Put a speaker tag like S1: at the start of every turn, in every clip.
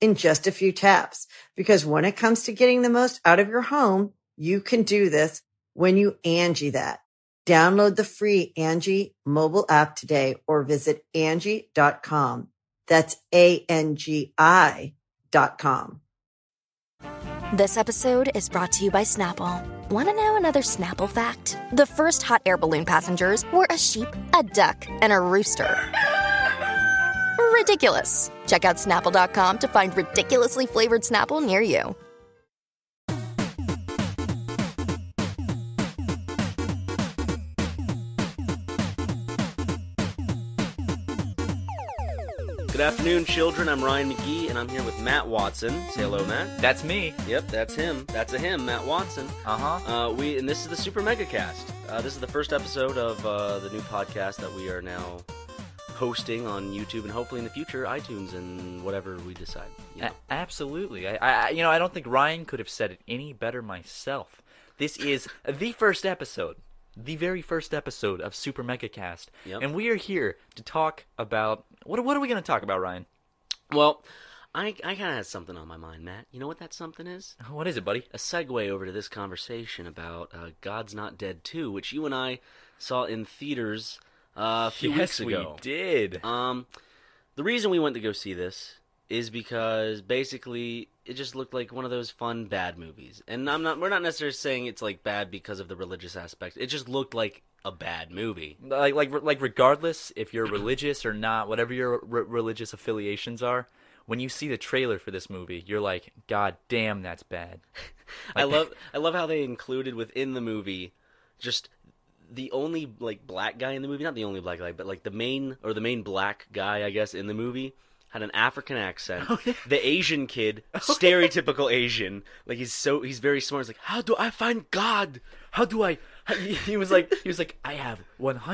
S1: in just a few taps. Because when it comes to getting the most out of your home, you can do this when you Angie that. Download the free Angie mobile app today or visit Angie.com. That's A-N-G-I dot com.
S2: This episode is brought to you by Snapple. Want to know another Snapple fact? The first hot air balloon passengers were a sheep, a duck, and a rooster. Ridiculous. Check out snapple.com to find ridiculously flavored Snapple near you.
S3: Good afternoon, children. I'm Ryan McGee, and I'm here with Matt Watson. Say hello, Matt.
S4: That's me.
S3: Yep, that's him. That's a him, Matt Watson.
S4: Uh huh.
S3: Uh, we and this is the Super Mega Cast. Uh, this is the first episode of uh, the new podcast that we are now hosting on YouTube and hopefully in the future iTunes and whatever we decide. you
S4: Uh,
S3: know.
S4: absolutely. I, I, I- you know, I don't think Ryan could have said it any better myself. This is the first episode, the very first episode of Super Mega Cast,
S3: Yep.
S4: and we are here to talk about what? What are we going to talk about, Ryan?
S3: Well, I I kind of had something on my mind, Matt. You know what that something is?
S4: What is it, buddy?
S3: A segue over to this conversation about uh, God's Not Dead 2, which you and I saw in theaters uh, a few weeks
S4: yes,
S3: ago.
S4: we did.
S3: Um, the reason we went to go see this is because basically it just looked like one of those fun bad movies, and I'm not. We're not necessarily saying it's like bad because of the religious aspect. It just looked like a bad movie.
S4: like like like regardless if you're religious or not whatever your re- religious affiliations are when you see the trailer for this movie you're like god damn that's bad
S3: I
S4: Like-
S3: love. I love how they included within the movie just the only like black guy in the movie. Not the only black guy, but like the main or the main black guy, I guess, in the movie. Had an African accent. The Asian kid, stereotypical Asian. Like he's so he's very smart. He's like, how do I find God?
S4: how do i he he was like he was like i have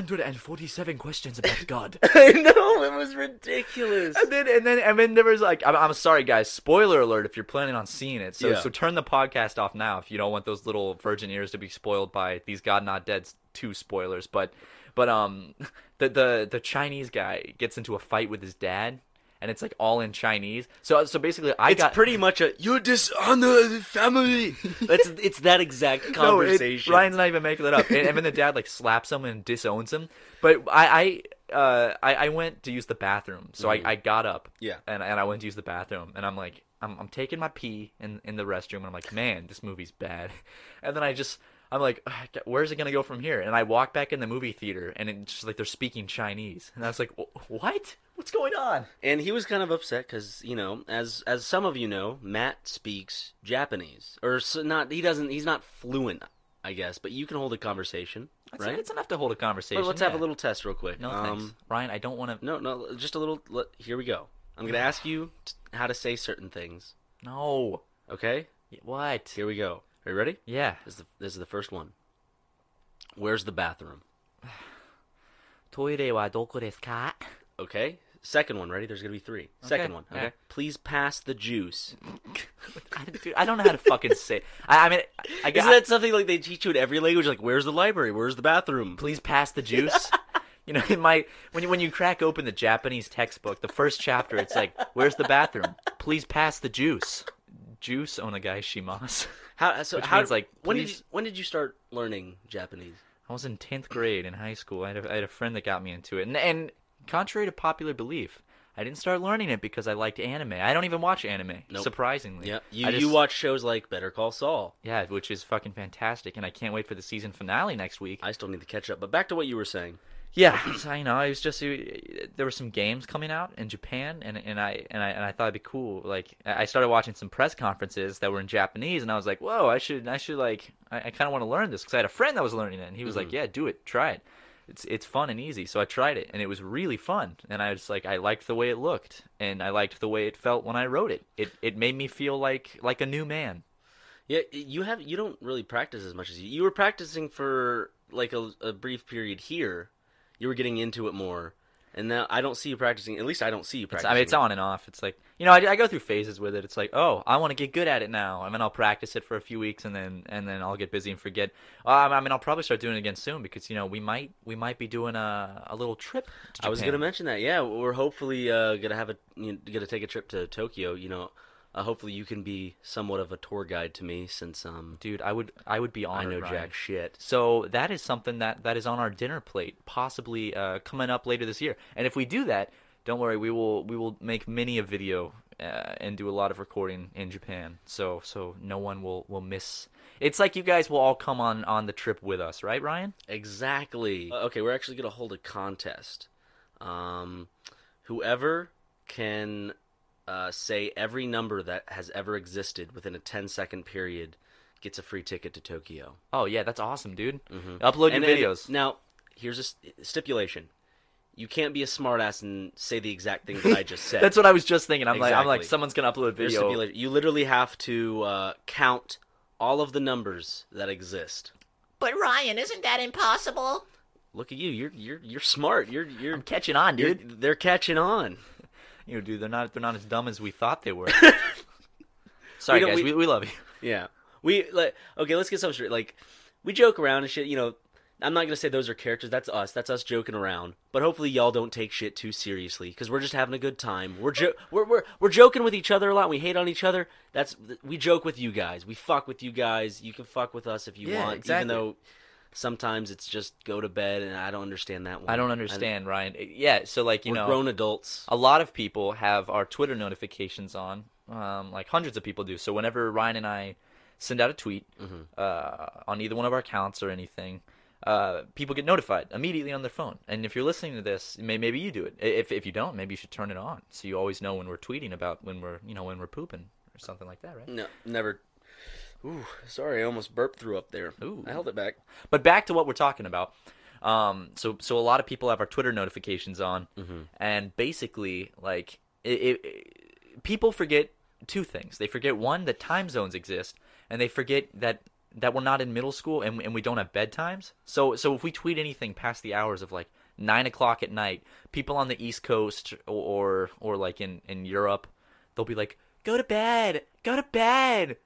S4: 147 questions about god
S3: I know it was ridiculous.
S4: and then and then and then there was like I'm, I'm sorry guys spoiler alert if you're planning on seeing it so
S3: Yeah.
S4: so turn the podcast off now if you don't want those little virgin ears to be spoiled by these god not dead two spoilers but but um the the the chinese guy gets into a fight with his dad and it's like all in chinese so so basically i
S3: It's
S4: got
S3: pretty much a you dishonor the family. That's it's that exact
S4: No, it-
S3: conversation.
S4: Ryan's not even making that up. And, and then the dad like slaps him and disowns him. But I, I, uh, I, I went to use the bathroom, so I, I got up.
S3: Mm-hmm. Yeah.
S4: And and I went to use the bathroom, and I'm like, I'm, I'm taking my pee in in the restroom, and I'm like, man, this movie's bad. And then I just. I'm like, "Ugh, where's it gonna go from here? And I walk back in the movie theater, and it's just like they're speaking Chinese, and I was like, "Wh- what? What's going on?
S3: and he was kind of upset because you know, as as some of you know, Matt speaks Japanese, or s not. He doesn't. He's not fluent, I guess. But you can hold a conversation,
S4: It's,
S3: right?
S4: it's enough to hold a conversation.
S3: But let's have
S4: yeah.
S3: a little test real quick.
S4: No
S3: Um,
S4: thanks, Ryan. I don't want to.
S3: No, no, just a little. Let, here we go. I'm gonna ask you t- how to say certain things.
S4: No.
S3: Okay,
S4: What?
S3: here we go. Are you ready?
S4: Yeah.
S3: This is the, this is the first one. Where's the bathroom?
S4: トイレはどこですか
S3: Okay. Second one, ready? There's gonna be three. Second one, okay.
S4: yeah.
S3: Please pass the juice.
S4: I, dude, I don't know how to fucking say. I, I mean, I guess
S3: Isn't that something like they teach you in every language? Like, where's the library? Where's the bathroom?
S4: please pass the juice. you know, in my when you when you crack open the Japanese textbook, the first chapter, it's like, "Where's the bathroom? Please pass the juice." Juice onagai shimasu.
S3: How? So
S4: Which
S3: how?
S4: means, like,
S3: when did you,
S4: please-
S3: when did you start learning Japanese?
S4: I was in tenth grade in high school. I had a, I had a friend that got me into it, and and contrary to popular belief, I didn't start learning it because I liked anime. I don't even watch anime,
S3: Nope.
S4: surprisingly.
S3: Yeah, you
S4: I just-
S3: you watch shows like Better Call Saul.
S4: Yeah, which is fucking fantastic, and I can't wait for the season finale next week.
S3: I still need to catch up. But back to what you were saying.
S4: Yeah, so, you know, it was just it- there were some games coming out in Japan, and and I and I and I thought it'd be cool. Like I I started watching some press conferences that were in Japanese, and I was like, whoa, I should I should like I, I kind of want to learn this because I had a friend that was learning it, and he was like, yeah, do it, try it. It's it's fun and easy, so I tried it, and it was really fun. And I was like, I liked the way it looked, and I liked the way it felt when I wrote it. It it made me feel like like a new man.
S3: Yeah, you have you don't really practice as much as you you were practicing for like a, a brief period here. You were getting into it more, and now I don't see you practicing. At least I don't see you
S4: It's,
S3: practicing.
S4: I mean, it's
S3: it.
S4: on and off. It's like you know, I, I go through phases with it. It's like, oh, I want to get good at it now, and then I'll practice it for a few weeks, and then and then I'll get busy and forget. Um, I mean, I'll probably start doing it again soon because you know we might we might be doing a a little trip. To
S3: I was
S4: Japan.
S3: gonna mention that. Yeah, we're hopefully uh, gonna have a you know, gonna take a trip to Tokyo. You know, uh, hopefully you can be somewhat of a tour guide to me since um
S4: dude. I would I would be
S3: I
S4: honored.
S3: know
S4: Ryan.
S3: jack shit.
S4: So that is something that that is on our dinner plate, possibly uh, coming up later this year. And if we do that, don't worry, we will we will make many a video uh, and do a lot of recording in Japan. So so no one will will miss. It's like you guys will all come on on the trip with us, right, Ryan?
S3: Exactly. Uh, okay, we're actually gonna hold a contest. Um, whoever can uh, say every number that has ever existed within a 10 second period gets a free ticket to Tokyo.
S4: Oh yeah, that's awesome, dude. Upload
S3: Mm-hmm. And then-
S4: your videos.
S3: now, here's a st- stipulation: you can't be a smartass and say the exact thing that I just said.
S4: that's what I was just thinking. I'm like I'm like
S3: Exactly.
S4: someone's gonna upload a
S3: There's
S4: video.
S3: stipulation. You literally have to uh, count all of the numbers that exist.
S5: But Ryan, isn't that impossible?
S3: Look at you. You're you're you're smart. You're you're
S4: I'm catching on,
S3: you're-
S4: dude.
S3: they're catching on.
S4: You know, dude, they're not they're not as dumb as we thought they were.
S3: We
S4: Sorry
S3: don't-
S4: guys,
S3: we-
S4: we, we love you.
S3: Yeah. We like okay, let's get something straight. Like we joke around and shit, you know, I'm not going to say those are characters. That's us. That's us joking around. But hopefully y'all don't take shit too seriously cuz we're just having a good time. We're, jo- we're we're we're joking with each other a lot. We hate on each other. That's we joke with you guys. We fuck with you guys. You can fuck with us if you
S4: Yeah,
S3: want
S4: exactly.
S3: even though sometimes it's just go to bed and I don't understand that one.
S4: I don't understand, Ryan. Yeah, so like you
S3: we're
S4: know,
S3: grown adults.
S4: a lot of people have our Twitter notifications on. Um, like hundreds of people do. So whenever Ryan and I send out a tweet uh, on either one of our accounts or anything, uh, people get notified immediately on their phone. And if you're listening to this, may, maybe you do it. I- If if you don't, maybe you should turn it on so you always know when we're tweeting about when we're you know when we're pooping or something like that, right?
S3: No, never. Ooh, sorry, I almost burped through up there.
S4: Ooh.
S3: I held it back.
S4: But back to what we're talking about. Um, so so a lot of people have our Twitter notifications on, and basically, like, it, it, it- people forget two things. They forget one that time zones exist, and they forget that that we're not in middle school and, and we don't have bedtimes. So so if we tweet anything past the hours of like nine o'clock at night, people on the East Coast or or, or like in in Europe, they'll be like, "Go to bed, go to bed."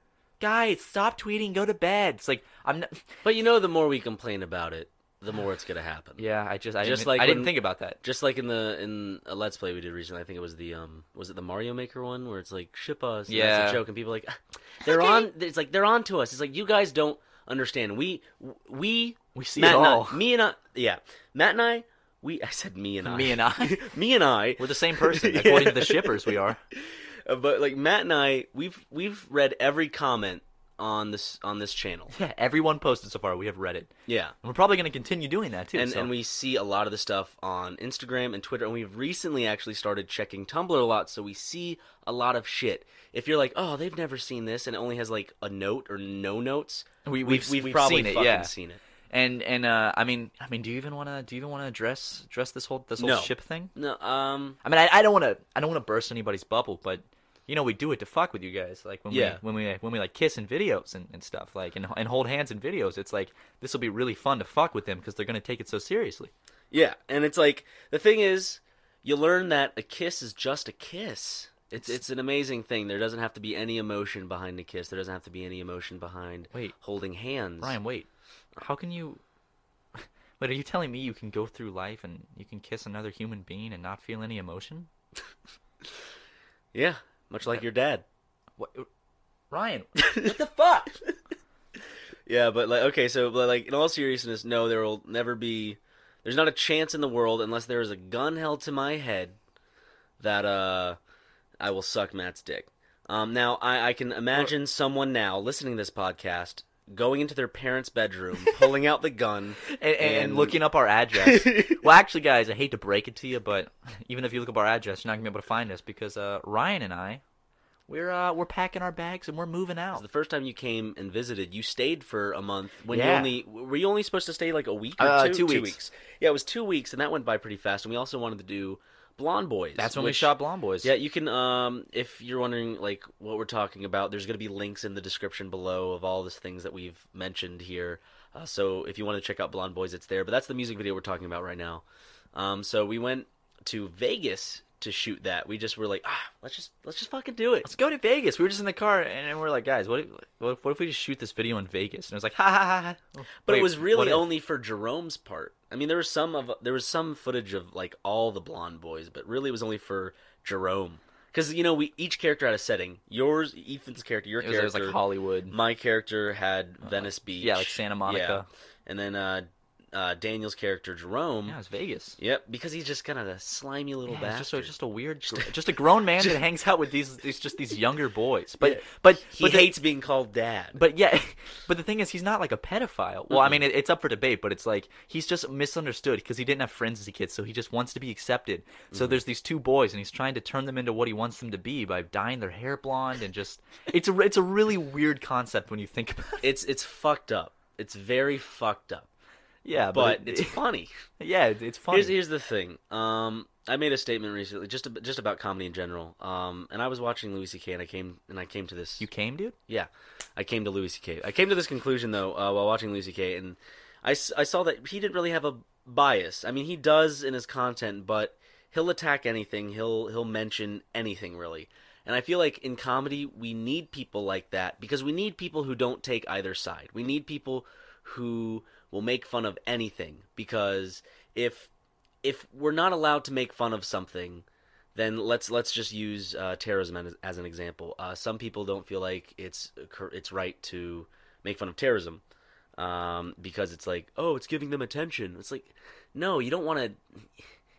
S4: Guys, stop tweeting. Go to bed. It's like I'm. Not,
S3: But you know, the more we complain about it, the more it's gonna happen.
S4: Yeah, I just I
S3: Just
S4: didn't,
S3: like
S4: I didn't
S3: when-
S4: think about that.
S3: Just like in the in a let's play we did recently, I think it was the um was it the Mario Maker one where it's like ship us. and that's
S4: Yeah.
S3: a joke, and people are like they're on. It's like they're on to us. It's like you guys don't understand. We we
S4: We see
S3: Matt
S4: it
S3: and I-
S4: all.
S3: me and I, yeah, Matt and I. We I said me and I.
S4: Me and I.
S3: me and I.
S4: We're the same person,
S3: Yeah.
S4: according to the shippers. We are.
S3: Uh, but like Matt and I, we've we've read every comment on this on this channel.
S4: Yeah, everyone posted so far. We have read it,
S3: Yeah.
S4: and we're probably going to continue doing that too.
S3: and,
S4: so-
S3: and we see a lot of the stuff on Instagram and Twitter, and we've recently actually started checking Tumblr a lot, so we see a lot of shit. If you're like, oh, they've never seen this, and it only has like a note or no notes,
S4: We- we've- we've
S3: probably
S4: seen it,
S3: fucking
S4: yeah.
S3: seen it.
S4: and and uh, I mean I mean do you even want to do you even want to address address this whole this whole
S3: No.
S4: ship thing?
S3: No, um,
S4: I mean I, I don't want to I don't want to burst anybody's bubble, but you know we do it to fuck with you guys. Like when
S3: Yeah.
S4: we when we when we like kiss in videos and, and stuff like and and hold hands in videos. It's like this will be really fun to fuck with them because they're going to take it so seriously.
S3: yeah, and it's like the thing is, you learn that a kiss is just a kiss. It's it's an amazing thing. There doesn't have to be any emotion behind a kiss. There doesn't have to be any emotion behind
S4: Wait.
S3: holding hands.
S4: Ryan, wait. How can you? Wait, are you telling me you can go through life and you can kiss another human being and not feel any emotion?
S3: yeah, much
S4: uh,
S3: like your dad.
S4: What, uh, Ryan?
S3: Yeah, but like okay, so but like in all seriousness, no, there will never be. There's not a chance in the world unless there is a gun held to my head that uh, I will suck Matt's dick. Um, now I, I can imagine someone now listening to this podcast going into their parents' bedroom, pulling out the gun,
S4: and, and, and looking up our address. well, actually, guys, I hate to break it to you, but even if you look up our address, you're not gonna be able to find us because uh, Ryan and I, we're uh, we're packing our bags and we're moving out.
S3: The first time you came and visited, you stayed for a month. When
S4: Yeah.
S3: you only were you only supposed to stay like a week or
S4: Uh,
S3: two?
S4: two weeks.
S3: Yeah, it was two weeks, and that went by pretty fast. And we also wanted to do Blonde Boys.
S4: That's when we
S3: which-
S4: shot Blonde Boys.
S3: Yeah, you can. Um, if you're wondering like what we're talking about, there's gonna be links in the description below of all these things that we've mentioned here. Uh, so if you want to check out Blonde Boys, it's there. But that's the music video we're talking about right now. Um, so we went to Vegas to shoot that. We just were like, ah, let's just let's just fucking do it.
S4: let's go to Vegas. We were just in the car and, and we are like, guys, what if, what, if, what if we just shoot this video in Vegas? And it was like, ha ha ha. ha.
S3: But
S4: Wait,
S3: it was
S4: what
S3: really
S4: if?
S3: only for Jerome's part. I mean, there was some of there was some footage of like all the blonde boys, but really it was only for Jerome because you know we each character had a setting. Yours, Ethan's character, your
S4: It was, it was
S3: character,
S4: like Hollywood.
S3: my character had Venice Beach,
S4: Uh, yeah, like Santa Monica.
S3: and then uh, uh, Daniel's character Jerome.
S4: Yeah, it was Vegas.
S3: Yep, because he's just kind of a slimy little
S4: Yeah, it's
S3: bastard.
S4: just a, just a weird, gr- just a grown man that hangs out with these, these just these younger boys. But
S3: Yeah.
S4: but
S3: he
S4: but the-
S3: hates being called dad.
S4: But yeah, but the thing is, he's not like a pedophile. Well, I mean, it, it's up for debate, but it's like he's just misunderstood because he didn't have friends as a kid, so he just wants to be accepted. So there's these two boys, and he's trying to turn them into what he wants them to be by dyeing their hair blonde and just it's a it's a really weird concept when you think about it.
S3: it's it's fucked up. It's very fucked up,
S4: Yeah,
S3: but
S4: but,
S3: it's funny.
S4: yeah, it, it's funny.
S3: Here's, here's the thing. Um, I made a statement recently, just ab- just about comedy in general. Um, and I was watching Louis C.K. and I came and I came to this.
S4: you came, dude.
S3: yeah, I came to Louis C.K. I came to this conclusion though uh, while watching Louis C.K. and I, s- I saw that he didn't really have a bias. I mean, he does in his content, but he'll attack anything. He'll he'll mention anything really. And I feel like in comedy we need people like that because we need people who don't take either side. We need people who will make fun of anything because if if we're not allowed to make fun of something, then let's let's just use uh, terrorism as, as an example. Uh, some people don't feel like it's cor- it's right to make fun of terrorism um, because it's like oh it's giving them attention. It's like no, you don't want to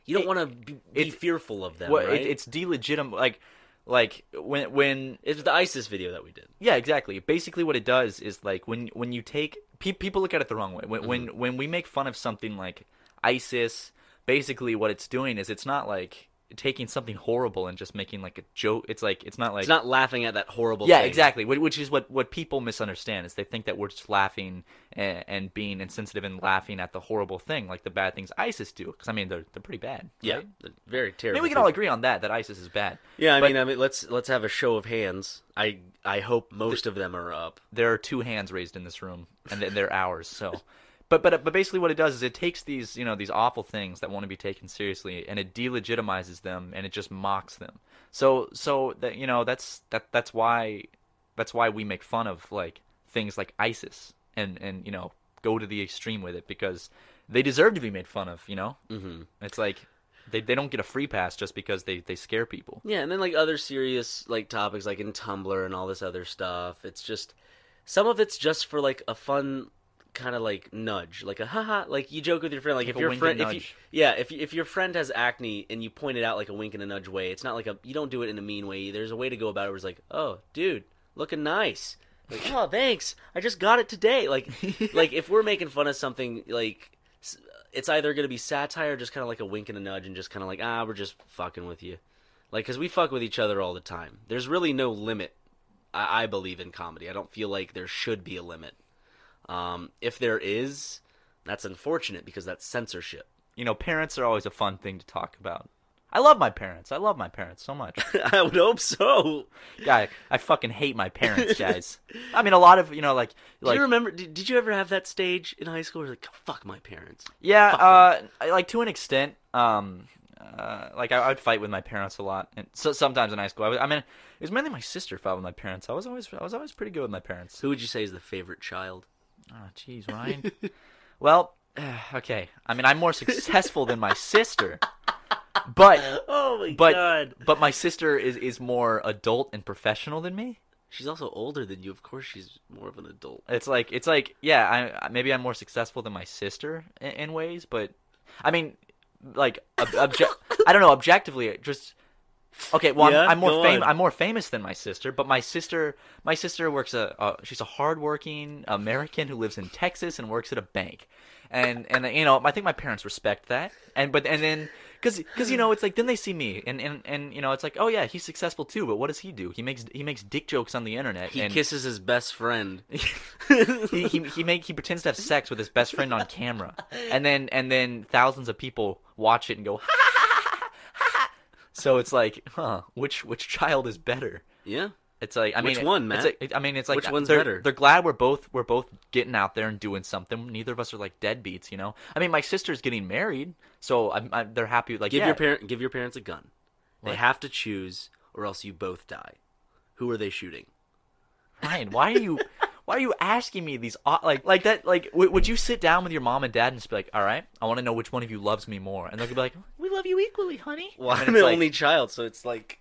S3: you don't
S4: It-
S3: want to be, be
S4: it's-
S3: fearful of them.
S4: Well,
S3: right?
S4: it, it's delegitim. Like like when when
S3: It's the ISIS video that we did.
S4: Yeah, exactly. Basically, what it does is like when when you take pe- people look at it the wrong way. When
S3: Mm-hmm.
S4: when when we make fun of something like ISIS, basically what it's doing is it's not like taking something horrible and just making like a joke. It's like it's not like
S3: It's not laughing at that horrible.
S4: yeah,
S3: thing.
S4: exactly. Wh- Which is what what people misunderstand is they think that we're just laughing and, and being insensitive and laughing at the horrible thing, like the bad things ISIS do. Because I mean, they're they're pretty bad.
S3: Yeah,
S4: right?
S3: very
S4: I
S3: terrible.
S4: mean, we can
S3: people.
S4: all agree on that that ISIS is bad.
S3: Yeah, I
S4: But-
S3: mean, I mean, let's let's have a show of hands. I I hope most of them are up.
S4: there are two hands raised in this room, and th- they're ours. So, but but but basically, what it does is it takes these you know these awful things that want to be taken seriously, and it delegitimizes them, and it just mocks them. So so that you know that's that that's why that's why we make fun of like things like ISIS, and and you know go to the extreme with it because they deserve to be made fun of. You know, mm-hmm. it's like. They, they don't get a free pass just because they, they scare people.
S3: Yeah, and then like other serious like topics like in Tumblr and all this other stuff. It's just some of it's just for like a fun kind of like nudge, like a haha, like you joke with your friend, like, if
S4: a
S3: your
S4: wink
S3: friend,
S4: and
S3: if you,
S4: nudge.
S3: yeah, if you- if your friend has acne and you point it out like a wink and a nudge way, it's not like a you don't do it in a mean way. There's a way to go about it. Where it's like, oh, dude, looking nice. Like, oh, thanks. I just got it today. Like, like if we're making fun of something, like s- it's either going to be satire, or just kind of like a wink and a nudge, and just kind of like, ah, we're just fucking with you. Like, because we fuck with each other all the time. There's really no limit, I, I believe, in comedy. I don't feel like there should be a limit. Um, if there is, that's unfortunate because that's censorship.
S4: You know, parents are always a fun thing to talk about. I love my parents. I love my parents so much.
S3: I would hope so.
S4: guy i fucking hate my parents guys i mean a lot of you know like
S3: Do
S4: like
S3: you remember? Did, did you ever have that stage in high school? Where you're like, fuck my parents.
S4: yeah uh I- like to an extent um uh, like I, I would fight with my parents a lot, and so, sometimes in high school, I, was, I mean, it was mainly my sister fought with my parents. I was always, I was always pretty good with my parents.
S3: Who would you say is the favorite child?
S4: Oh, jeez, Ryan. well, okay. I mean, I'm more successful than my sister, but
S3: Oh my
S4: but
S3: god!
S4: but my sister is is more adult and professional than me.
S3: She's also older than you. Of course, she's more of an adult.
S4: It's like it's like yeah, I- I maybe I'm more successful than my sister in, in ways, but I mean, like ob- obje- I don't know objectively, just Okay, well,
S3: Yeah,
S4: I'm, I'm
S3: go
S4: more famous.
S3: on.
S4: I'm more famous than my sister, but my sister, my sister works a. Uh, she's a hardworking American who lives in Texas and works at a bank, and and you know, I think my parents respect that. And but and then because because you know, it's like then they see me, and and and you know, it's like, oh yeah, he's successful too, but what does he do? He makes he makes dick jokes on the internet.
S3: He
S4: and
S3: kisses his best friend.
S4: he he he, make, he pretends to have sex with his best friend on camera, and then and then thousands of people watch it and go ha ha ha ha ha. So it's like, huh, which which child is better?
S3: yeah.
S4: It's like I mean,
S3: Which one,
S4: it's
S3: Matt?
S4: like- I mean, it's like
S3: Which one's
S4: they're,
S3: better?
S4: They're glad we're both we're both getting out there and doing something. Neither of us are like deadbeats, you know. I mean, my sister's getting married, so I'm, i they're happy. Like,
S3: Give
S4: yeah,
S3: your parent give your parents a gun. They
S4: What?
S3: have to choose or else you both die. Who are they shooting?
S4: Ryan, why are you why are you asking me these au- like like that like w- would you sit down with your mom and dad and just be like, all right, I want to know which one of you loves me more, and they'll be like, we love you equally, honey.
S3: Well, I'm
S4: And it's
S3: an
S4: like-
S3: only child, so it's like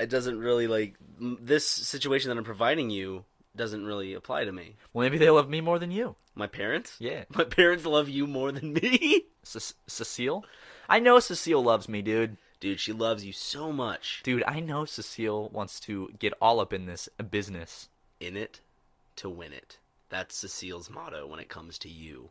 S3: it doesn't really like m- this situation that I'm providing you doesn't really apply to me.
S4: Well, maybe they love me more than you.
S3: My parents?
S4: Yeah.
S3: My parents love you more than me.
S4: Ce- Cecile, I know Cecile loves me, dude.
S3: Dude, she loves you so much.
S4: Dude, I know Cecile wants to get all up in this business.
S3: In it to win it. That's Cecile's motto when it comes to you.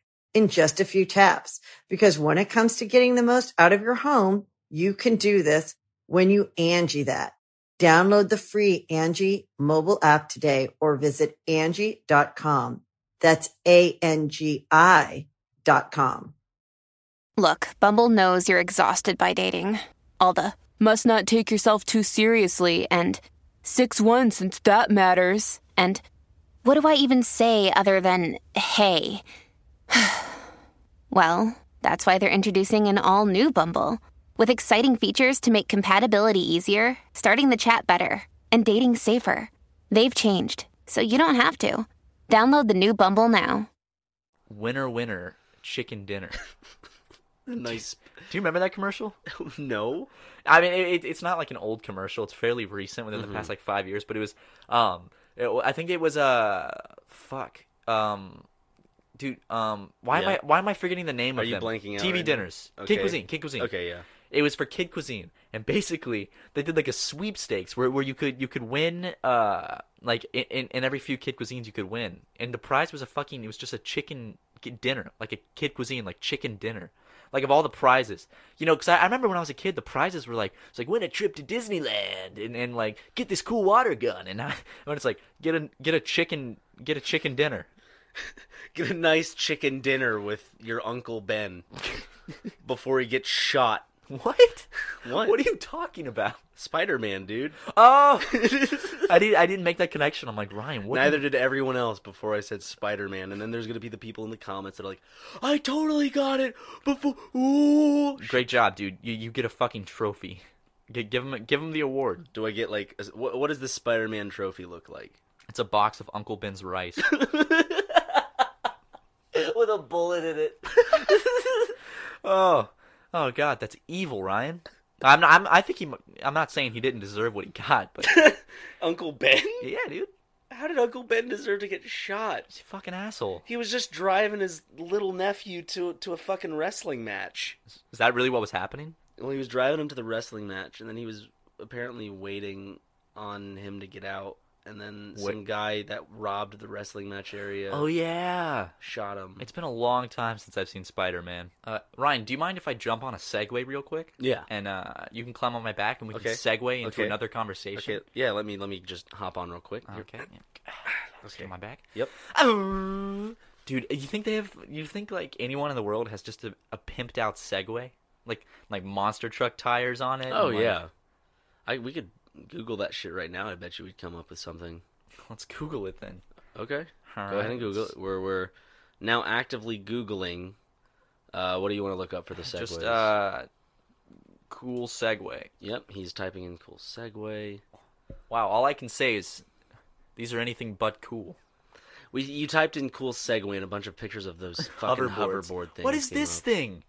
S1: in just a few taps. Because when it comes to getting the most out of your home, you can do this when you Angie that. Download the free Angie mobile app today or visit Angie.com. That's A-N-G-I dot com.
S6: Look, Bumble knows you're exhausted by dating. All the must not take yourself too seriously and 6 1 since that matters. And
S2: What do I even say other than hey? well, that's why they're introducing an all new Bumble with exciting features to make compatibility easier, starting the chat better, and dating safer. They've changed, so you don't have to. Download the new Bumble now.
S4: Winner, winner, chicken dinner.
S3: Nice.
S4: Do you remember that commercial?
S3: no.
S4: I mean, it, it, it's not like an old commercial. It's fairly recent, within the past
S3: Mm-hmm.
S4: like five years. But it was, um, it, I think it was uh, fuck, um, dude, um, why am
S3: Yeah.
S4: I why am I forgetting the name
S3: Are
S4: of
S3: you
S4: them?
S3: blanking out
S4: TV
S3: right now?
S4: dinners,
S3: Okay.
S4: Kid Cuisine, Kid Cuisine.
S3: Okay, yeah.
S4: It was for Kid Cuisine, and basically they did like a sweepstakes where, where you could you could win uh like in, in, in every few Kid Cuisines you could win, and the prize was a fucking it was just a chicken ki- dinner like a Kid Cuisine like chicken dinner. Like of all the prizes, you know, because I, I remember when I was a kid, the prizes were like it's like win a trip to Disneyland and, and like get this cool water gun, and I when it's like get a get a chicken get a chicken dinner.
S3: Get a nice chicken dinner with your uncle Ben before he gets shot.
S4: What?
S3: What?
S4: What are you talking about?
S3: Spider-Man, dude.
S4: Oh, I didn't I didn't make that connection. I'm like Ryan. What
S3: Neither did everyone else before I said Spider Man, and then there's gonna be the people in the comments that are like, "I totally got it before." Ooh.
S4: Great job, dude. You you get a fucking trophy. G- give him give him the award.
S3: Do I get like a, what? What does the Spider Man trophy look like?
S4: It's a box of Uncle Ben's rice.
S3: With a bullet in it.
S4: oh, oh God, that's evil, Ryan. I'm not. I'm, I think he. mu- I'm not saying he didn't deserve what he got, but
S3: Uncle Ben?
S4: yeah, dude,
S3: How did Uncle Ben deserve to get shot?
S4: he's a fucking asshole.
S3: He was just driving his little nephew to to a fucking wrestling match.
S4: Is that really what was happening?
S3: Well, he was driving him to the wrestling match, and then he was apparently waiting on him to get out and then
S4: What-
S3: some guy that robbed the wrestling match area
S4: Oh yeah.
S3: shot him.
S4: It's been a long time since I've seen Spider Man. Uh, Ryan, do you mind if I jump on a segue real quick?
S3: Yeah.
S4: And uh, you can climb on my back and we
S3: Okay.
S4: can segue into
S3: Okay.
S4: another conversation.
S3: Okay, yeah. Let me let me just hop on real quick. You're-
S4: Okay. yeah. Just
S3: Okay.
S4: on my back.
S3: Yep.
S4: Oh. Dude, you think they have? You think like anyone in the world has just a, a pimped out Segway, like like monster truck tires on it?
S3: Oh
S4: and, like-
S3: yeah. I we could Google that shit right now. I bet you we'd come up with something.
S4: Let's Google it then.
S3: Okay.
S4: All
S3: Go ahead and
S4: right.
S3: Google it. We're we're now actively Googling. Uh, what do you want to look up for the segues?
S4: Just uh, cool Segway.
S3: Yep, he's typing in cool segue.
S4: Wow, all I can say is these are anything but cool.
S3: We you typed in cool segue and a bunch of pictures of those fucking
S4: Hoverboards.
S3: hoverboard things.
S4: What is
S3: came
S4: this
S3: up.
S4: thing?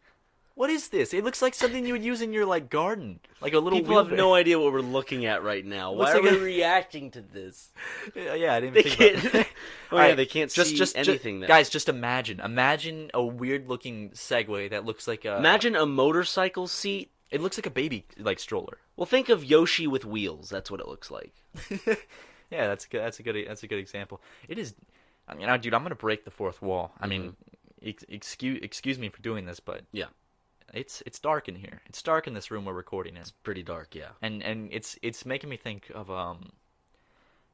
S4: What is this? It looks like something you would use in your like garden, like a little.
S3: People have
S4: wheelbar-
S3: no idea what we're looking at right now. Why
S4: Looks
S3: are
S4: like
S3: we
S4: a-
S3: reacting to this?
S4: Yeah, yeah, I didn't
S3: They
S4: even think about
S3: can't-
S4: it.
S3: Oh, yeah, they can't see anything that-
S4: guys, just imagine. Imagine a weird looking Segway that looks like a.
S3: Imagine a motorcycle seat.
S4: It looks like a baby like stroller.
S3: Well, think of Yoshi with wheels. That's what it looks like.
S4: Yeah, that's good. That's a good. That's a good example. It is. I mean, I, dude, I'm gonna break the fourth wall. I mean, ex- excuse excuse me for doing this, but
S3: Mm-hmm. Yeah,
S4: it's it's dark in here. It's dark in this room we're recording in.
S3: pretty dark. Yeah.
S4: and and it's it's making me think of um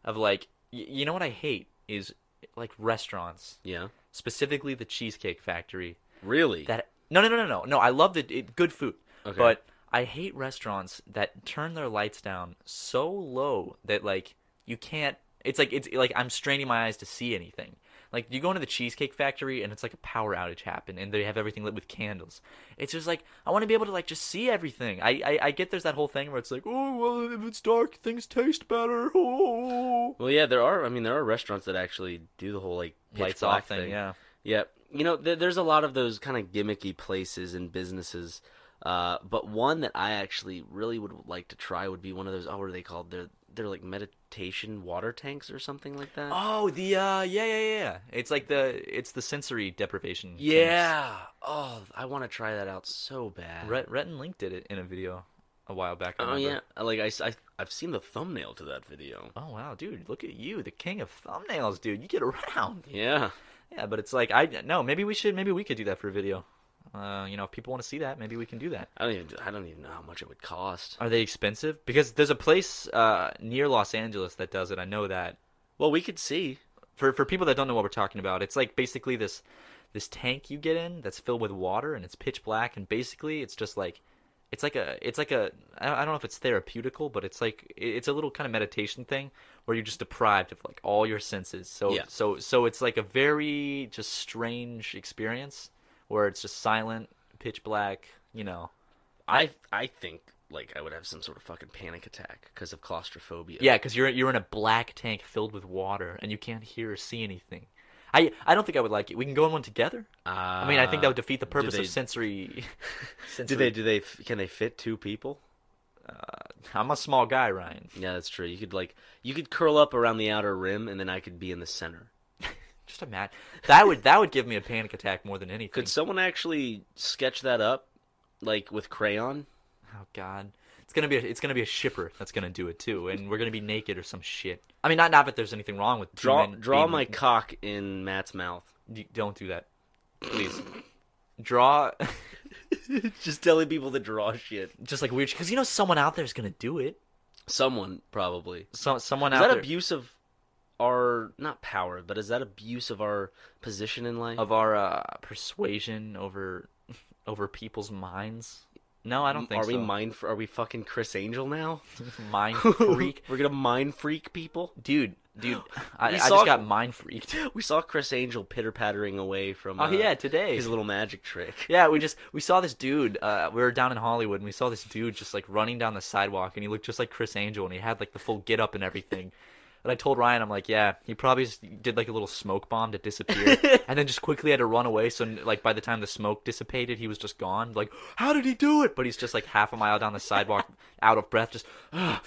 S4: of like y- you know what I hate is like restaurants
S3: Yeah.
S4: specifically the Cheesecake Factory
S3: Really?
S4: that no no no no no no I love the it, good food
S3: Okay.
S4: but I hate restaurants that turn their lights down so low that like you can't it's like it's like I'm straining my eyes to see anything. Like you go into the Cheesecake Factory and it's like a power outage happened and they have everything lit with candles. It's just like I want to be able to like just see everything. I, I I get there's that whole thing where it's like oh well if it's dark things taste better. Oh.
S3: Well, yeah, there are. I mean, there are restaurants that actually do the whole like pitch
S4: Lights
S3: black
S4: off thing, yeah.
S3: Yeah. You know, th- there's a lot of those kind of gimmicky places and businesses. Uh, but one that I actually really would like to try would be one of those. Oh, what are they called? They're they're like meditation water tanks or something like that.
S4: Oh the uh yeah yeah yeah. It's like the it's the sensory deprivation. tanks.
S3: yeah. Oh, I want to try that out so bad.
S4: Rhett, Rhett and Link did it in a video a while back. I
S3: Oh
S4: remember.
S3: yeah. Like I, s- I have seen the thumbnail to that video.
S4: Oh wow, dude, look at you, the king of thumbnails, dude. You get around.
S3: Yeah.
S4: Yeah, but it's like I no, maybe we should maybe we could do that for a video. Uh, you know, if people want to see that, maybe we can do that.
S3: I don't even I don't even know how much it would cost.
S4: Are they expensive? Because there's a place uh near Los Angeles that does it. I know that.
S3: Well, we could see.
S4: For for people that don't know what we're talking about, it's like basically this this tank you get in that's filled with water and it's pitch black and basically it's just like it's like a it's like a I I don't know if it's therapeutical, but it's like it- it's a little kind of meditation thing where you're just deprived of like all your senses. So
S3: Yeah.
S4: so so it's like a very just strange experience where it's just silent, pitch black, you know.
S3: I I think like I would have some sort of fucking panic attack because of claustrophobia.
S4: Yeah, because you're you're in a black tank filled with water and you can't hear or see anything. I I don't think I would like it. We can go in one together. I mean, I think that would defeat the purpose
S3: Uh, they-
S4: of sensory.
S3: Do
S4: sensory-
S3: they do they f- can they fit two people?
S4: I'm a small guy, Ryan.
S3: Yeah, that's true. You could like you could curl up around the outer rim, and then I could be in the center.
S4: Just imagine that would that would give me a panic attack more than anything.
S3: Could someone actually sketch that up, like with crayon?
S4: Oh God, it's gonna be a, it's gonna be a shipper that's gonna do it too, and we're gonna be naked or some shit. I mean, not not that there's anything wrong with two
S3: Draw
S4: men
S3: draw
S4: being-
S3: my cock in Matt's mouth.
S4: D- Don't do that, please. draw
S3: Just telling people to draw shit.
S4: just like weird because you know someone out there is gonna do it.
S3: Someone probably.
S4: So, someone
S3: Is
S4: out
S3: that
S4: there
S3: abuse of our not power, but is that abuse of our position in life?
S4: of our uh, persuasion over over people's minds. No, I don't think
S3: are we
S4: so.
S3: mind? Are we fucking Chris Angel now?
S4: mind freak?
S3: We're gonna mind freak people.
S4: dude, dude, I,
S3: We
S4: I
S3: saw- Oh,
S4: just got mind freaked.
S3: We saw Chris Angel pitter pattering away from.
S4: Oh
S3: uh,
S4: yeah, today.
S3: his little magic trick.
S4: yeah, we just we saw this dude. Uh, we were down in Hollywood, and we saw this dude just like running down the sidewalk, and he looked just like Chris Angel, and he had like the full get up and everything. And I told Ryan, I'm like, yeah, he probably just did like a little smoke bomb to disappear, and then just quickly had to run away. So like by the time the smoke dissipated, he was just gone. Like, how did he do it? But he's just like half a mile down the sidewalk, out of breath, just. "Ah,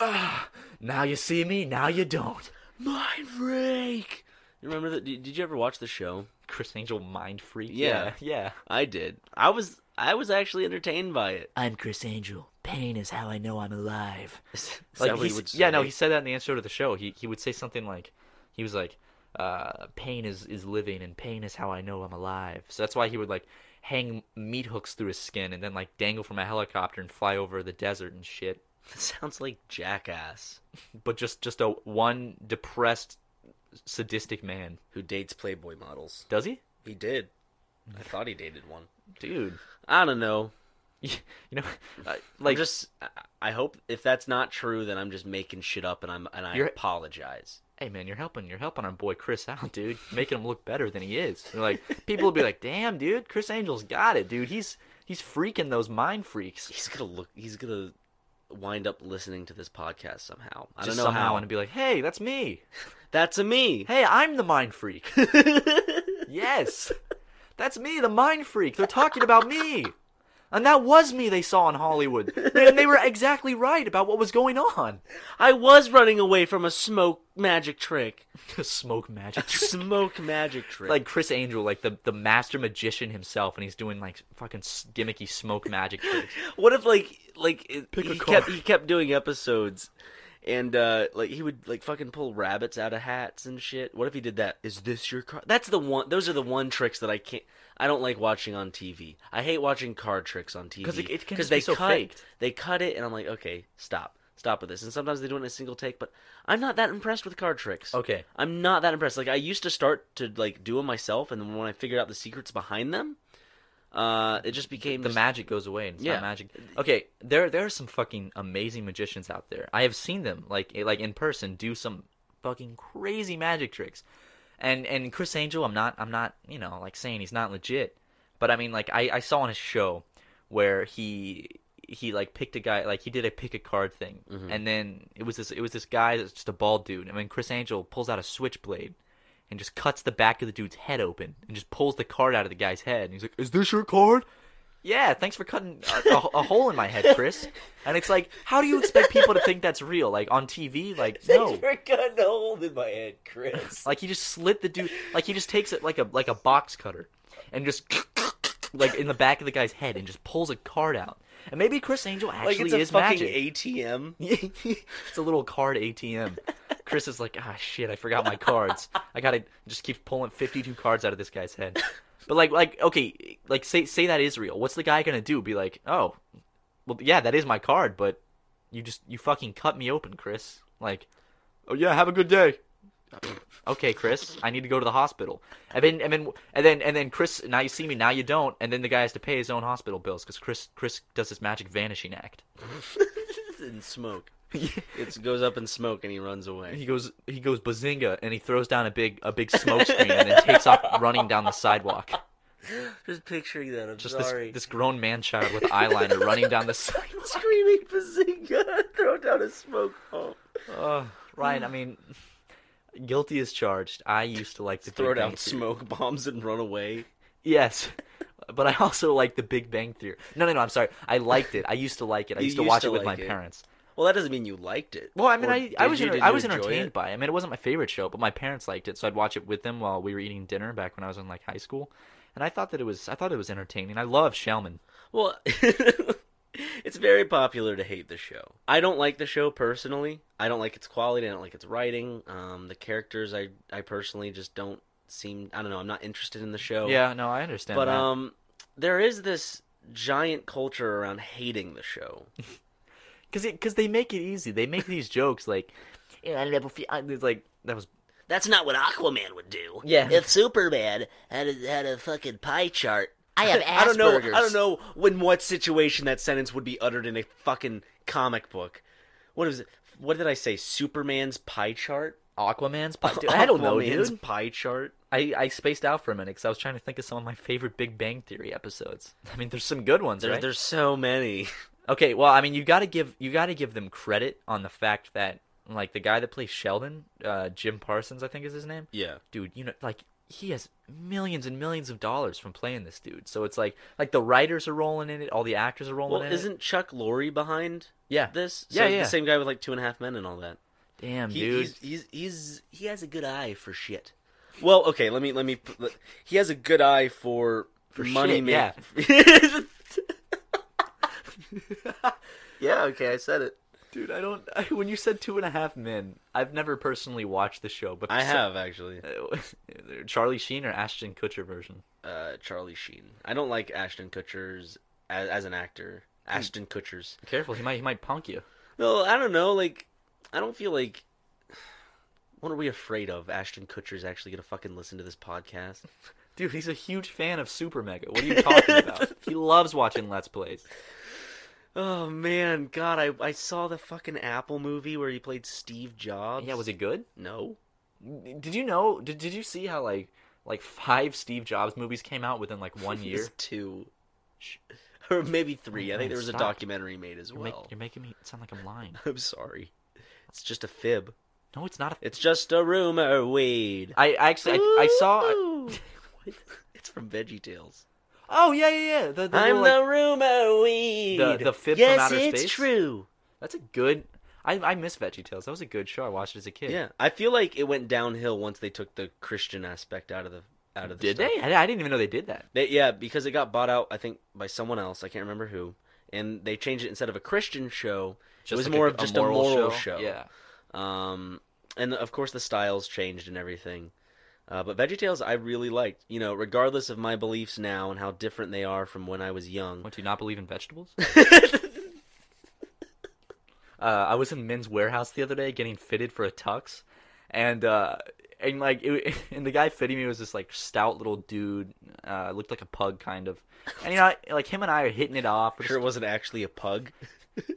S4: ah, now you see me. Now you don't.
S3: Mind freak. You remember that? Did did you ever watch the show?
S4: Chris Angel mind freak.
S3: Yeah.
S4: yeah. yeah.
S3: I did. I was I was actually entertained by it.
S4: I'm Chris Angel. pain is how I know I'm alive.
S3: Is
S4: Like,
S3: that what
S4: he
S3: he
S4: s-
S3: would
S4: yeah, no,
S3: say?
S4: he said that in the intro to the show. He he would say something like, he was like, uh, pain is is living, and pain is how I know I'm alive. So that's why he would like hang meat hooks through his skin and then like dangle from a helicopter and fly over the desert and shit.
S3: That sounds like jackass
S4: But just just a one depressed, sadistic man.
S3: who dates Playboy models.
S4: Does he?
S3: He did. I
S4: Mm.
S3: thought he dated one.
S4: Dude,
S3: I don't know.
S4: you know, uh,
S3: Like
S4: like
S3: just, I- I hope if that's not true, then I'm just making shit up, and I'm and I
S4: You're-
S3: apologize.
S4: hey man, you're helping you're helping our boy Chris out, dude, making him look better than he is. And, like people will be like, damn, dude, Chris Angel's got it, dude. He's he's freaking those mind freaks.
S3: He's gonna look. He's gonna wind up listening to this podcast somehow. I don't
S4: Just
S3: know
S4: somehow
S3: how.
S4: and be like, hey, that's me.
S3: That's a me.
S4: Hey, I'm the mind freak. yes, that's me, the mind freak. They're talking about me. And that was me they saw in Hollywood. And they were exactly right about what was going on.
S3: I was running away from a smoke magic trick.
S4: Smoke magic.
S3: Smoke magic trick.
S4: like Chris Angel, like the, the master magician himself, and he's doing like fucking s- gimmicky smoke magic tricks.
S3: What if like like it-
S4: Pick a
S3: he kept
S4: card.
S3: he kept doing episodes and uh like he would like fucking pull rabbits out of hats and shit. What if he did that? Is this your car? That's the one those are the one tricks that I can't I don't like watching on TV. I hate watching card tricks on TV
S4: 'Cause it- it can just
S3: they
S4: be so
S3: cut
S4: faked.
S3: they cut it and I'm like, "Okay, stop. Stop with this." And sometimes they do it in a single take, but I'm not that impressed with card tricks.
S4: Okay.
S3: I'm not that impressed. Like I used to start to like do them myself and then when I figured out the secrets behind them, uh it just became
S4: The
S3: just-
S4: magic goes away, and it's
S3: Yeah.
S4: not magic. Okay, there there are some fucking amazing magicians out there. I have seen them like eh, like in person do some fucking crazy magic tricks. And and Chris Angel, I'm not I'm not you know like saying he's not legit, but I mean like I I saw on his show where he he like picked a guy like he did a pick a card thing, and then it was this it was this guy that's just a bald dude, and when Chris Angel pulls out a switchblade. and just cuts the back of the dude's head open and just pulls the card out of the guy's head. And he's like, "Is this your card?" Yeah, thanks for cutting a, a, a hole in my head, Chris. And it's like, how do you expect people to think that's real? Like on TV, like no,
S3: You're cutting a hole in my head, Chris.
S4: like he just slit the dude, like he just takes it like a like a box cutter and just like in the back of the guy's head and just pulls a card out. And maybe Chris Angel actually
S3: Like it's a
S4: is
S3: fucking
S4: magic.
S3: ATM.
S4: it's a little card ATM. Chris is like, ah, shit, I forgot my cards. I gotta just keep pulling fifty-two cards out of this guy's head. But like, like, okay, like, say, say that is real. What's the guy gonna do? Be like, oh, well, yeah, that is my card, but you just, you fucking cut me open, Chris. Like, oh yeah, have a good day. okay, Chris, I need to go to the hospital. And then, and then, and then, and then, Chris, now you see me, now you don't, and then the guy has to pay his own hospital bills because Chris, Chris does this magic vanishing act.
S3: It's in smoke. It goes up in smoke and he runs away.
S4: he goes he goes bazinga and he throws down a big a big smoke screen and then takes off running down the sidewalk.
S3: Just picturing that. I'm
S4: Just this this grown man child with eyeliner running down the sidewalk.
S3: Screaming bazinga, throw down a smoke bomb.
S4: Ryan, I mean, guilty as charged. I used to like the
S3: Throw
S4: Big Bang
S3: down
S4: Theory.
S3: smoke bombs and run away.
S4: Yes. But I also like the Big Bang Theory. No, no, no. I'm sorry. I liked it. I used to like it. I
S3: You
S4: used to
S3: used
S4: watch
S3: to
S4: it with
S3: like
S4: my
S3: it.
S4: parents.
S3: Well, that doesn't mean you liked it.
S4: Well, I mean,
S3: Or
S4: I, I
S3: did
S4: was
S3: you-
S4: enter-
S3: did
S4: I
S3: you
S4: was
S3: enjoy
S4: entertained
S3: it?
S4: by. it. I mean, it wasn't my favorite show, but my parents liked it, so I'd watch it with them while we were eating dinner back when I was in like high school, and I thought that it was I thought it was entertaining. I love Shellman.
S3: Well, it's very popular to hate the show. I don't like the show personally. I don't like its quality. I don't like its writing. Um, the characters, I I personally just don't seem. I don't know. I'm not interested in the show.
S4: Yeah, no, I understand.
S3: But
S4: that.
S3: um, there is this giant culture around hating the show.
S4: because because they make it easy. They make these jokes like, "Yeah, I never feel. I-" It's like that was
S5: That's not what Aquaman would do.
S4: Yeah.
S5: If Superman had a, had a fucking pie chart. I have Asperger's.
S3: I don't know. I don't know when what situation that sentence would be uttered in a fucking comic book. What is it? What did I say? Superman's pie chart.
S4: Aquaman's. Pie- Dude, I don't know,
S3: Aquaman's
S4: dude.
S3: pie chart.
S4: I I spaced out for a minute because I was trying to think of some of my favorite Big Bang Theory episodes. I mean, there's some good ones,
S3: There,
S4: right?
S3: There's so many.
S4: Okay, well, I mean, you got to give you got to give them credit on the fact that like the guy that plays Sheldon, uh, Jim Parsons, I think is his name.
S3: Yeah.
S4: dude, you know, like he has millions and millions of dollars from playing this dude. So it's like like the writers are rolling in it, all the actors are rolling
S3: Well,
S4: in it.
S3: isn't Chuck Lorre behind
S4: Yeah,
S3: this?
S4: Yeah, yeah.
S3: The same guy with like Two and a Half Men and all that.
S4: damn
S3: He,
S4: dude.
S3: He's, he's he's he has a good eye for shit. Well, okay, let me let me. p- let- He has a good eye for for money.
S4: shit,
S3: ma-
S4: yeah.
S3: he okay, I said it.
S4: Dude, I don't. I, when you said Two and a Half Men, I've never personally watched the show, but
S3: I
S4: so-
S3: have actually.
S4: Charlie Sheen or Ashton Kutcher version.
S3: Uh, Charlie Sheen. I don't like Ashton Kutcher's as, as an actor. Ashton Kutcher's.
S4: Careful, he might he might punk you.
S3: No, I don't know. Like, I don't feel like. What are we afraid of? Ashton Kutcher's actually gonna fucking listen to this podcast.
S4: Dude, he's a huge fan of Super Mega. What are you talking about? he loves watching Let's Plays.
S3: Oh man, God, I I saw the fucking Apple movie where he played Steve Jobs.
S4: Yeah, was it good?
S3: No.
S4: Did you know? Did Did you see how like like five Steve Jobs movies came out within like one year?
S3: It's two, or maybe three. I
S4: Man,
S3: think there was
S4: stop.
S3: a documentary made as
S4: You're,
S3: well.
S4: make, you're making me sound like I'm lying.
S3: I'm sorry. It's just a fib.
S4: No, it's not. A,
S3: It's just a rumor, Wade.
S4: I I actually I, I saw.
S3: Ooh. What? it's from Veggie Tales.
S4: Oh yeah yeah yeah. The, the
S3: I'm
S4: little, like-
S3: the rumor, Wade.
S4: The- the fib from
S3: yes,
S4: outer
S3: it's
S4: space?
S3: true.
S4: That's a good. I I miss Veggie Tales. That was a good show. I watched it as a kid.
S3: Yeah, I feel like it went downhill once they took the Christian aspect out of the out of the
S4: Did
S3: stuff.
S4: they? I, I didn't even know they did that.
S3: They, yeah, because it got bought out, I think, by someone else. I can't remember who. And they changed it instead of a Christian show. it was
S4: like
S3: more of just a moral show.
S4: Yeah.
S3: Um, and of course the styles changed and everything. Uh, but VeggieTales I really liked. You know, regardless of my beliefs now and how different they are from when I was young.
S4: What, do you not believe in vegetables? uh, I was in Men's Warehouse the other day getting fitted for a tux, and uh, and like it, and the guy fitting me was this like stout little dude, uh, looked like a pug kind of, and you know like him and I are hitting it off. We're
S3: sure it
S4: just-
S3: wasn't actually a pug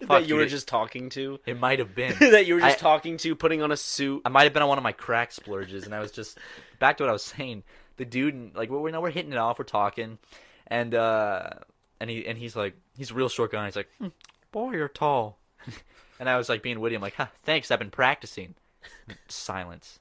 S4: Fuck,
S3: that you
S4: dude,
S3: were
S4: it-
S3: just talking to.
S4: It might have been
S3: that you were just
S4: I-
S3: talking to, putting on a suit.
S4: I might have been on one of my crack splurges, and I was just back to what I was saying. The dude, like, we're now we're hitting it off, we're talking, and uh, and he and he's like, he's a real short guy. And he's like, hmm, boy, you're tall, and I was like being witty. I'm like, huh, thanks, I've been practicing. Silence.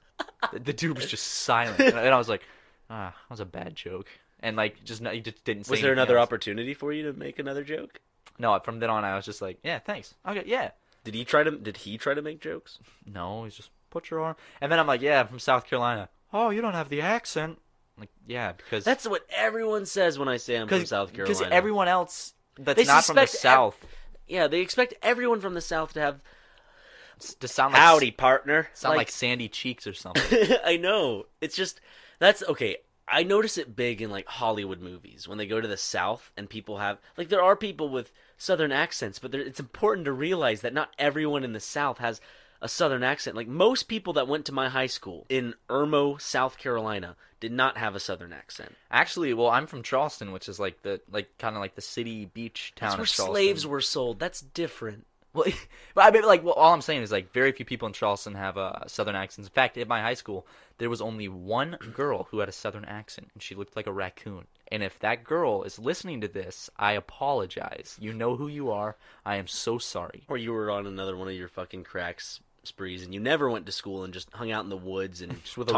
S4: The, the dude was just silent, and I, and I was like, ah, that was a bad joke, and like, just no, he just didn't. Say
S3: Was there
S4: anything
S3: another
S4: else.
S3: opportunity for you to make another joke?
S4: No, from then on, I was just like, yeah, thanks. Okay, yeah.
S3: Did he try to did he try to make jokes?
S4: No, he's just put your arm. And then I'm like, yeah, I'm from South Carolina. Oh, you don't have the accent. I'm like, yeah, because
S3: That's what everyone says when I say I'm from South Carolina.
S4: Because everyone else that's
S3: They
S4: not from the
S3: suspect ev-
S4: South
S3: Yeah, they expect everyone from the South to have
S4: s- to sound like
S3: howdy partner.
S4: sound like, sandy cheeks or something.
S3: I know. It's just that's okay. I notice it big in like Hollywood movies when they go to the South and people have like there are people with Southern accents, but there- it's important to realize that not everyone in the South has a Southern accent. Like most people that went to my high school in Irmo, South Carolina, did not have a Southern accent.
S4: Actually, well, I'm from Charleston, which is like the like kind of like the city beach town.
S3: That's
S4: of
S3: where
S4: Charleston.
S3: slaves were sold. That's different.
S4: Well, but I mean, like, well, all I'm saying is like very few people in Charleston have uh, Southern accents. In fact, at my high school, there was only one girl who had a Southern accent, and she looked like a raccoon. And if that girl is listening to this, I apologize. You know who you are. I am so sorry.
S3: Or you were on another one of your fucking cracks sprees and you never went to school and just hung out in the woods and
S4: Just with a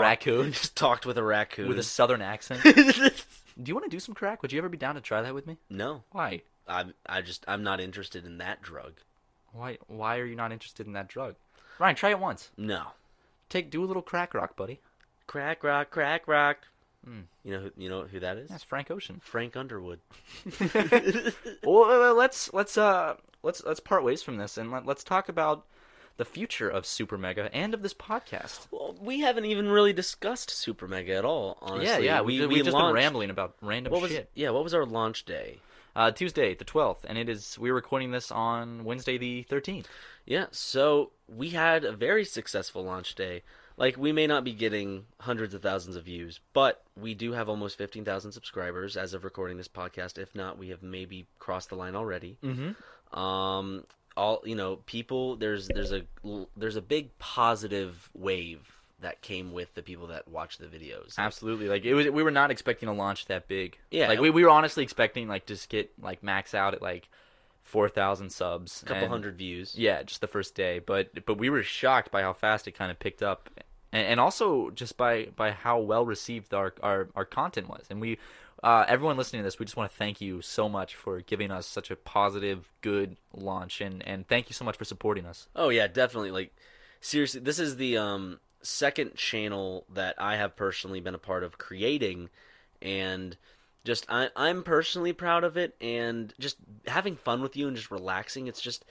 S4: raccoon?
S3: Just talked with a raccoon.
S4: With a Southern accent. do you want to do some crack? Would you ever be down to try that with me?
S3: no.
S4: Why?
S3: I'm I just I'm not interested in that drug.
S4: Why? Why are you not interested in that drug? Ryan, try it once.
S3: No.
S4: Take do a little crack rock, buddy.
S3: Crack rock, crack rock. You know who you know who that is?
S4: Hmm. That's Frank Ocean.
S3: Frank Underwood.
S4: well, uh, let's let's uh let's let's part ways from this and let, let's talk about the future of Super Mega and of this podcast.
S3: Well, we haven't even really discussed Super Mega at all, honestly.
S4: yeah, yeah, we, we,
S3: we
S4: have just
S3: launched-
S4: been rambling about random
S3: What was
S4: shit.
S3: yeah? What was our launch day?
S4: Uh, Tuesday the twelfth, and it is we're recording this on Wednesday the thirteenth.
S3: Yeah, so we had a very successful launch day. Like we may not be getting hundreds of thousands of views, but we do have almost 15,000 subscribers as of recording this podcast. If not, we have maybe crossed the line already. Mm-hmm. Um all, you know, people there's there's a there's a big positive wave that came with the people that watch the videos.
S4: Absolutely, like it was. We were not expecting a launch that big.
S3: Yeah,
S4: like
S3: it-
S4: we, we were honestly expecting like just get like max out at like four thousand subs,
S3: a couple
S4: and-
S3: hundred views.
S4: Yeah, just the first day, but but we were shocked by how fast it kind of picked up, and, and also just by by how well received our our, our content was. And we, uh, everyone listening to this, we just want to thank you so much for giving us such a positive, good launch, and and thank you so much for supporting us.
S3: Oh yeah, definitely. Like seriously, this is the um second channel that I have personally been a part of creating and just I I'm personally proud of it and just having fun with you and just relaxing. It's just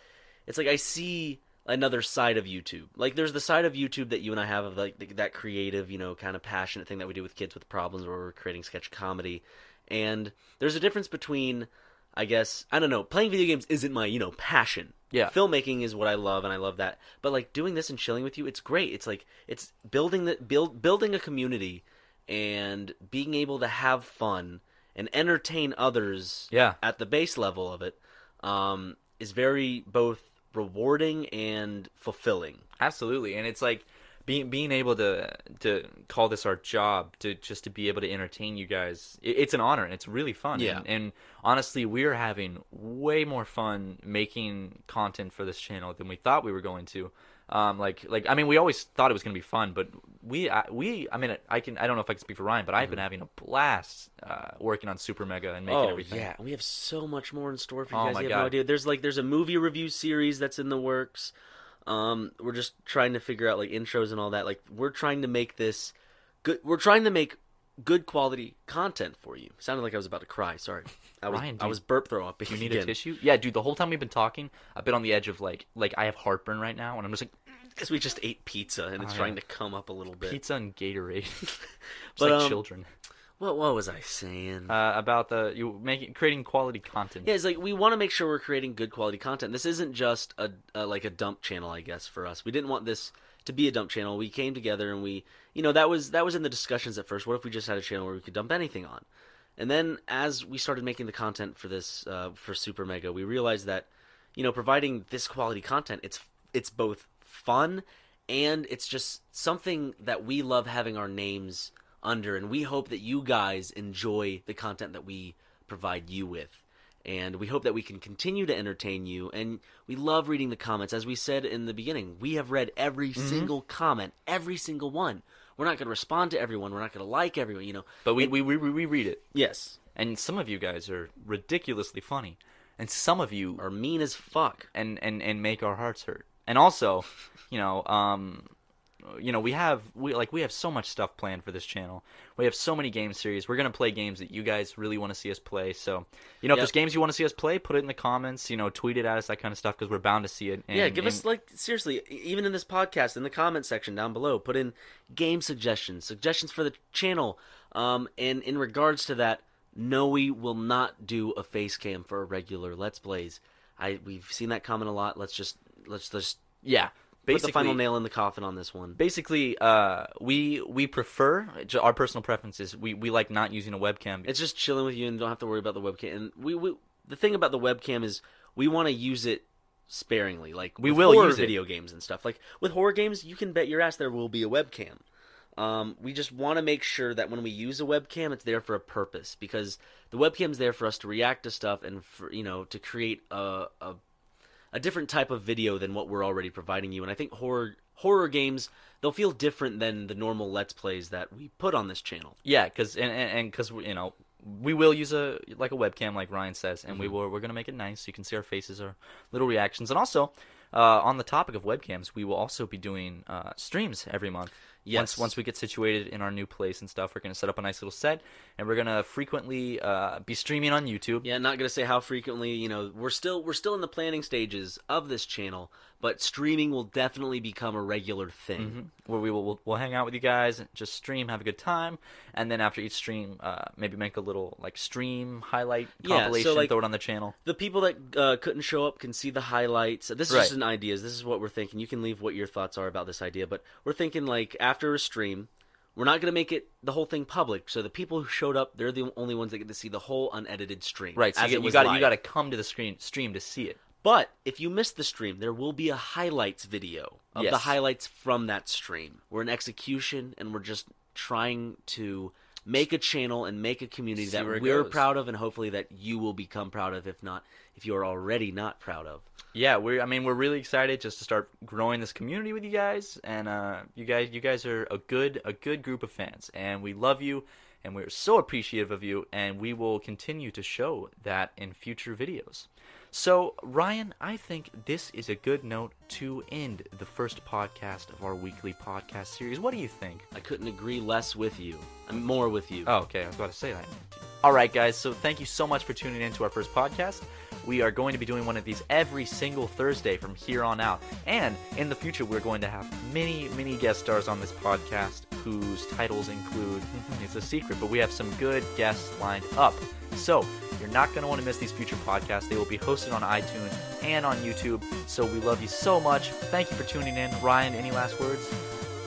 S3: it's like I see another side of YouTube. Like there's the side of YouTube that you and I have of like th- that creative, you know, kind of passionate thing that we do with kids with problems where we're creating sketch comedy. And there's a difference between I guess I don't know, playing video games isn't my, you know, passion.
S4: Yeah.
S3: Filmmaking is what I love and I love that. But like doing this and chilling with you, it's great. It's like it's building the build building a community and being able to have fun and entertain others
S4: Yeah.
S3: at the base level of it um, is very both rewarding and fulfilling.
S4: Absolutely, and it's like being being able to to call this our job to just to be able to entertain you guys. It, it's an honor and it's really fun.
S3: Yeah.
S4: And, and honestly, we are having way more fun making content for this channel than we thought we were going to. Um, like like I mean, we always thought it was going to be fun, but we I, we I mean I can I don't know if I can speak for Ryan, but
S3: Mm-hmm.
S4: I've been having a blast uh, working on Super Mega and making everything.
S3: Oh, yeah, we have so much more in store for you
S4: Oh
S3: guys.
S4: my
S3: you have
S4: God.
S3: no idea. There's like there's a movie review series that's in the works. Um, we're just trying to figure out like intros and all that. Like we're trying to make this good. We're trying to make good quality content for you. Sounded like I was about to cry. Sorry, I was
S4: Ryan, do
S3: I
S4: you-
S3: was burp throw up.
S4: You need
S3: again.
S4: a tissue? Yeah, dude. The whole time we've been talking, I've been on the edge of like, like I have heartburn right now, and I'm just like,
S3: because we just ate pizza and it's
S4: Oh, yeah.
S3: trying to come up a little bit.
S4: pizza and Gatorade. Just
S3: But,
S4: like
S3: um,
S4: children.
S3: What what was I saying?
S4: Uh, about the you making creating quality content.
S3: Yeah, it's like we want to make sure we're creating good quality content. This isn't just a, a like a dump channel, I guess, for us. We didn't want this to be a dump channel. We came together and we, you know, that was that was in the discussions at first. What if we just had a channel where we could dump anything on? And then as we started making the content for this uh, for Super Mega, we realized that you know, providing this quality content, it's it's both fun and it's just something that we love having our names under and we hope that you guys enjoy the content that we provide you with and we hope that we can continue to entertain you and we love reading the comments as we said in the beginning we have read every single comment every single one we're not going to respond to everyone we're not going to like everyone you know
S4: But we, we, we, we we read it,
S3: yes
S4: and some of you guys are ridiculously funny, and some of you
S3: are mean as fuck
S4: and and and make our hearts hurt. And also, you know, um, you know, we have we like we have so much stuff planned for this channel. We have so many game series. We're gonna play games that you guys really want to see us play. So, you know,
S3: Yep.
S4: if there's games you want to see us play, put it in the comments. You know, tweet it at us, that kind of stuff, because we're bound to see it. And,
S3: yeah, give
S4: and-
S3: us like seriously, e- even in this podcast, in the comment section down below, put in game suggestions, suggestions for the channel. Um, and in regards to that, no, we will not do a face cam for a regular Let's Plays. I we've seen that comment a lot. Let's just let's just
S4: yeah.
S3: put the final nail in the coffin on this one.
S4: basically uh we we prefer j- our personal preferences we we like not using a webcam
S3: It's just chilling with you and don't have to worry about the webcam. And we, we the thing about the webcam is we want to use it sparingly. Like
S4: We
S3: with
S4: will
S3: horror
S4: use it.
S3: video games and stuff. Like with horror games, you can bet your ass there will be a webcam. Um, we just want to make sure that when we use a webcam, it's there for a purpose because the webcam's there for us to react to stuff and for you know to create a, a a different type of video than what we're already providing you. And I think horror horror games they'll feel different than the normal let's plays that we put on this channel.
S4: yeah because and and because you know we will use a like a webcam like ryan says and we will we're gonna make it nice so you can see our faces our little reactions and also uh, on the topic of webcams, we will also be doing uh, streams every month.
S3: Yes.
S4: Once, once we get situated in our new place and stuff, we're going to set up a nice little set, and we're going to frequently uh, be streaming on YouTube.
S3: Yeah, not gonna say how frequently. You know, we're still we're still in the planning stages of this channel, but streaming will definitely become a regular thing.
S4: where we will we'll, we'll hang out with you guys, just stream, have a good time, and then after each stream, uh, maybe make a little like stream highlight
S3: Yeah, so,
S4: compilation,
S3: like-
S4: throw it on the channel.
S3: The people that uh, couldn't show up can see the highlights. This is
S4: Right.
S3: just an idea. This is what we're thinking. You can leave what your thoughts are about this idea, but we're thinking like after a stream, we're not gonna make it the whole thing public. So the people who showed up, they're the only ones that get to see the whole unedited stream.
S4: Right, so
S3: as
S4: you,
S3: it
S4: you
S3: was
S4: got you
S3: live.
S4: got to come to the screen stream to see it.
S3: But if you missed the stream, there will be a highlights video of the
S4: Yes.
S3: highlights from that stream. We're an execution and we're just trying to make a channel and make a community
S4: See
S3: that
S4: where it
S3: we're
S4: goes.
S3: proud of and hopefully that you will become proud of if not if you are already not proud of.
S4: Yeah, we're I mean we're really excited just to start growing this community with you guys, and uh, you guys you guys are a good a good group of fans, and we love you, and we're so appreciative of you, and we will continue to show that in future videos. So Ryan, I think this is a good note to end the first podcast of our weekly podcast series. What do you think?
S3: I couldn't agree less with you. I'm more with you.
S4: Oh, okay, I was about to say that. All right, guys. So thank you so much for tuning in to our first podcast. We are going to be doing one of these every single Thursday from here on out. And in the future, we're going to have many, many guest stars on this podcast whose titles include it's a secret, but we have some good guests lined up. So you're not going to want to miss these future podcasts. They will be hosted on iTunes and on YouTube. So we love you so much. Thank you for tuning in. Ryan, any last words?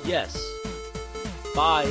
S3: Yes. Bye.